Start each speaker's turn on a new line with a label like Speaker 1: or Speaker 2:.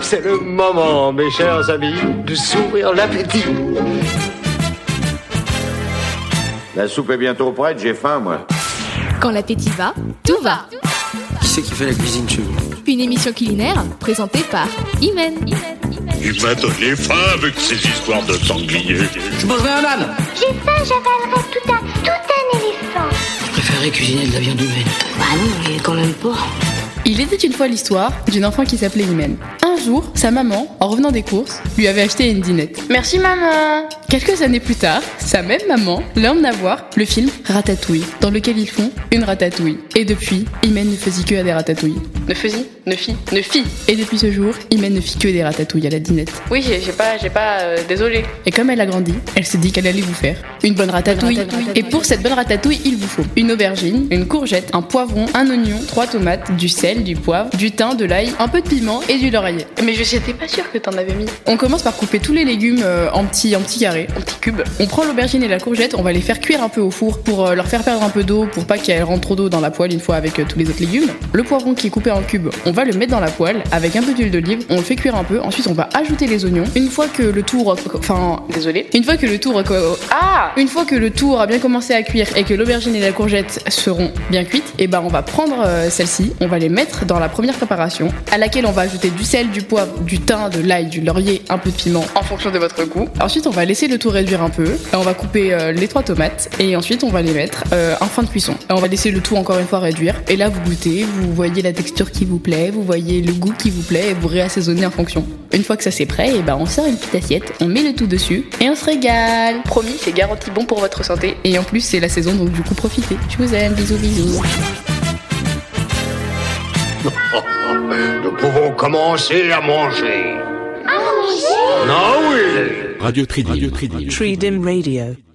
Speaker 1: C'est le moment, mes chers amis, de s'ouvrir l'appétit.
Speaker 2: La soupe est bientôt prête, j'ai faim, moi.
Speaker 3: Quand l'appétit va, tout va.
Speaker 4: Qui c'est qui fait la cuisine chez vous
Speaker 3: Une émission culinaire présentée par Imen.
Speaker 5: Il m'a donné faim avec ces histoires de sangliers.
Speaker 4: Je mangerai un âne
Speaker 6: J'ai faim, j'avalerai tout un, tout un éléphant.
Speaker 4: Je préférerais cuisiner de la viande humaine.
Speaker 7: Ah non, mais quand même pas.
Speaker 8: Il était une fois l'histoire d'une enfant qui s'appelait Imen. Un jour, sa maman, en revenant des courses, lui avait acheté une dinette.
Speaker 9: Merci maman
Speaker 8: Quelques années plus tard, sa même maman l'emmena voir le film Ratatouille, dans lequel ils font une ratatouille. Et depuis, Imen ne faisait que à des ratatouilles.
Speaker 9: Ne faisy, ne fit, ne fit
Speaker 8: Et depuis ce jour, Imen ne fit que des ratatouilles à la dinette.
Speaker 9: Oui, j'ai j'ai pas, j'ai pas, euh, désolé.
Speaker 8: Et comme elle a grandi, elle s'est dit qu'elle allait vous faire une bonne ratatouille. Et pour cette bonne ratatouille, il vous faut une aubergine, une courgette, un poivron, un oignon, trois tomates, du sel, du poivre, du thym, de l'ail, un peu de piment et du laurier.
Speaker 9: Mais je n'étais pas sûre que t'en avais mis
Speaker 8: On commence par couper tous les légumes euh, en petits en petits carrés.
Speaker 9: un petit cube.
Speaker 8: On prend l'aubergine et la courgette, on va les faire cuire un peu au four pour euh, leur faire perdre un peu d'eau, pour pas qu'elles rentrent trop d'eau dans la poêle une fois avec euh, tous les autres légumes. Le poivron qui est coupé en cubes, on va le mettre dans la poêle avec un peu d'huile d'olive, on le fait cuire un peu, ensuite on va ajouter les oignons. Une fois que le tout reco- enfin
Speaker 9: Désolé.
Speaker 8: une fois que le tout reco-
Speaker 9: Ah
Speaker 8: une fois que le tout aura bien commencé à cuire et que l'aubergine et la courgette seront bien cuites, et ben on va prendre euh, celles-ci, on va les mettre dans la première préparation, à laquelle on va ajouter du sel, du poivre, du thym, de l'ail, du laurier, un peu de piment.
Speaker 9: En fonction de votre goût.
Speaker 8: Ensuite, on va laisser le tout réduire un peu. Et on va couper euh, les trois tomates et ensuite on va les mettre euh, en fin de cuisson. Et on va laisser le tout encore une fois réduire. Et là, vous goûtez, vous voyez la texture qui vous plaît, vous voyez le goût qui vous plaît et vous réassaisonnez en fonction. Une fois que ça c'est prêt, et ben on sort une petite assiette, on met le tout dessus et on se régale.
Speaker 9: Promis, c'est garanti bon pour votre santé.
Speaker 8: Et en plus, c'est la saison, donc du coup, profitez. Je vous aime, bisous, bisous.
Speaker 1: Nous pouvons commencer à manger.
Speaker 6: À manger
Speaker 1: Ah oui
Speaker 10: Radio Tridim. Radio Tridim.
Speaker 11: Tridim Radio.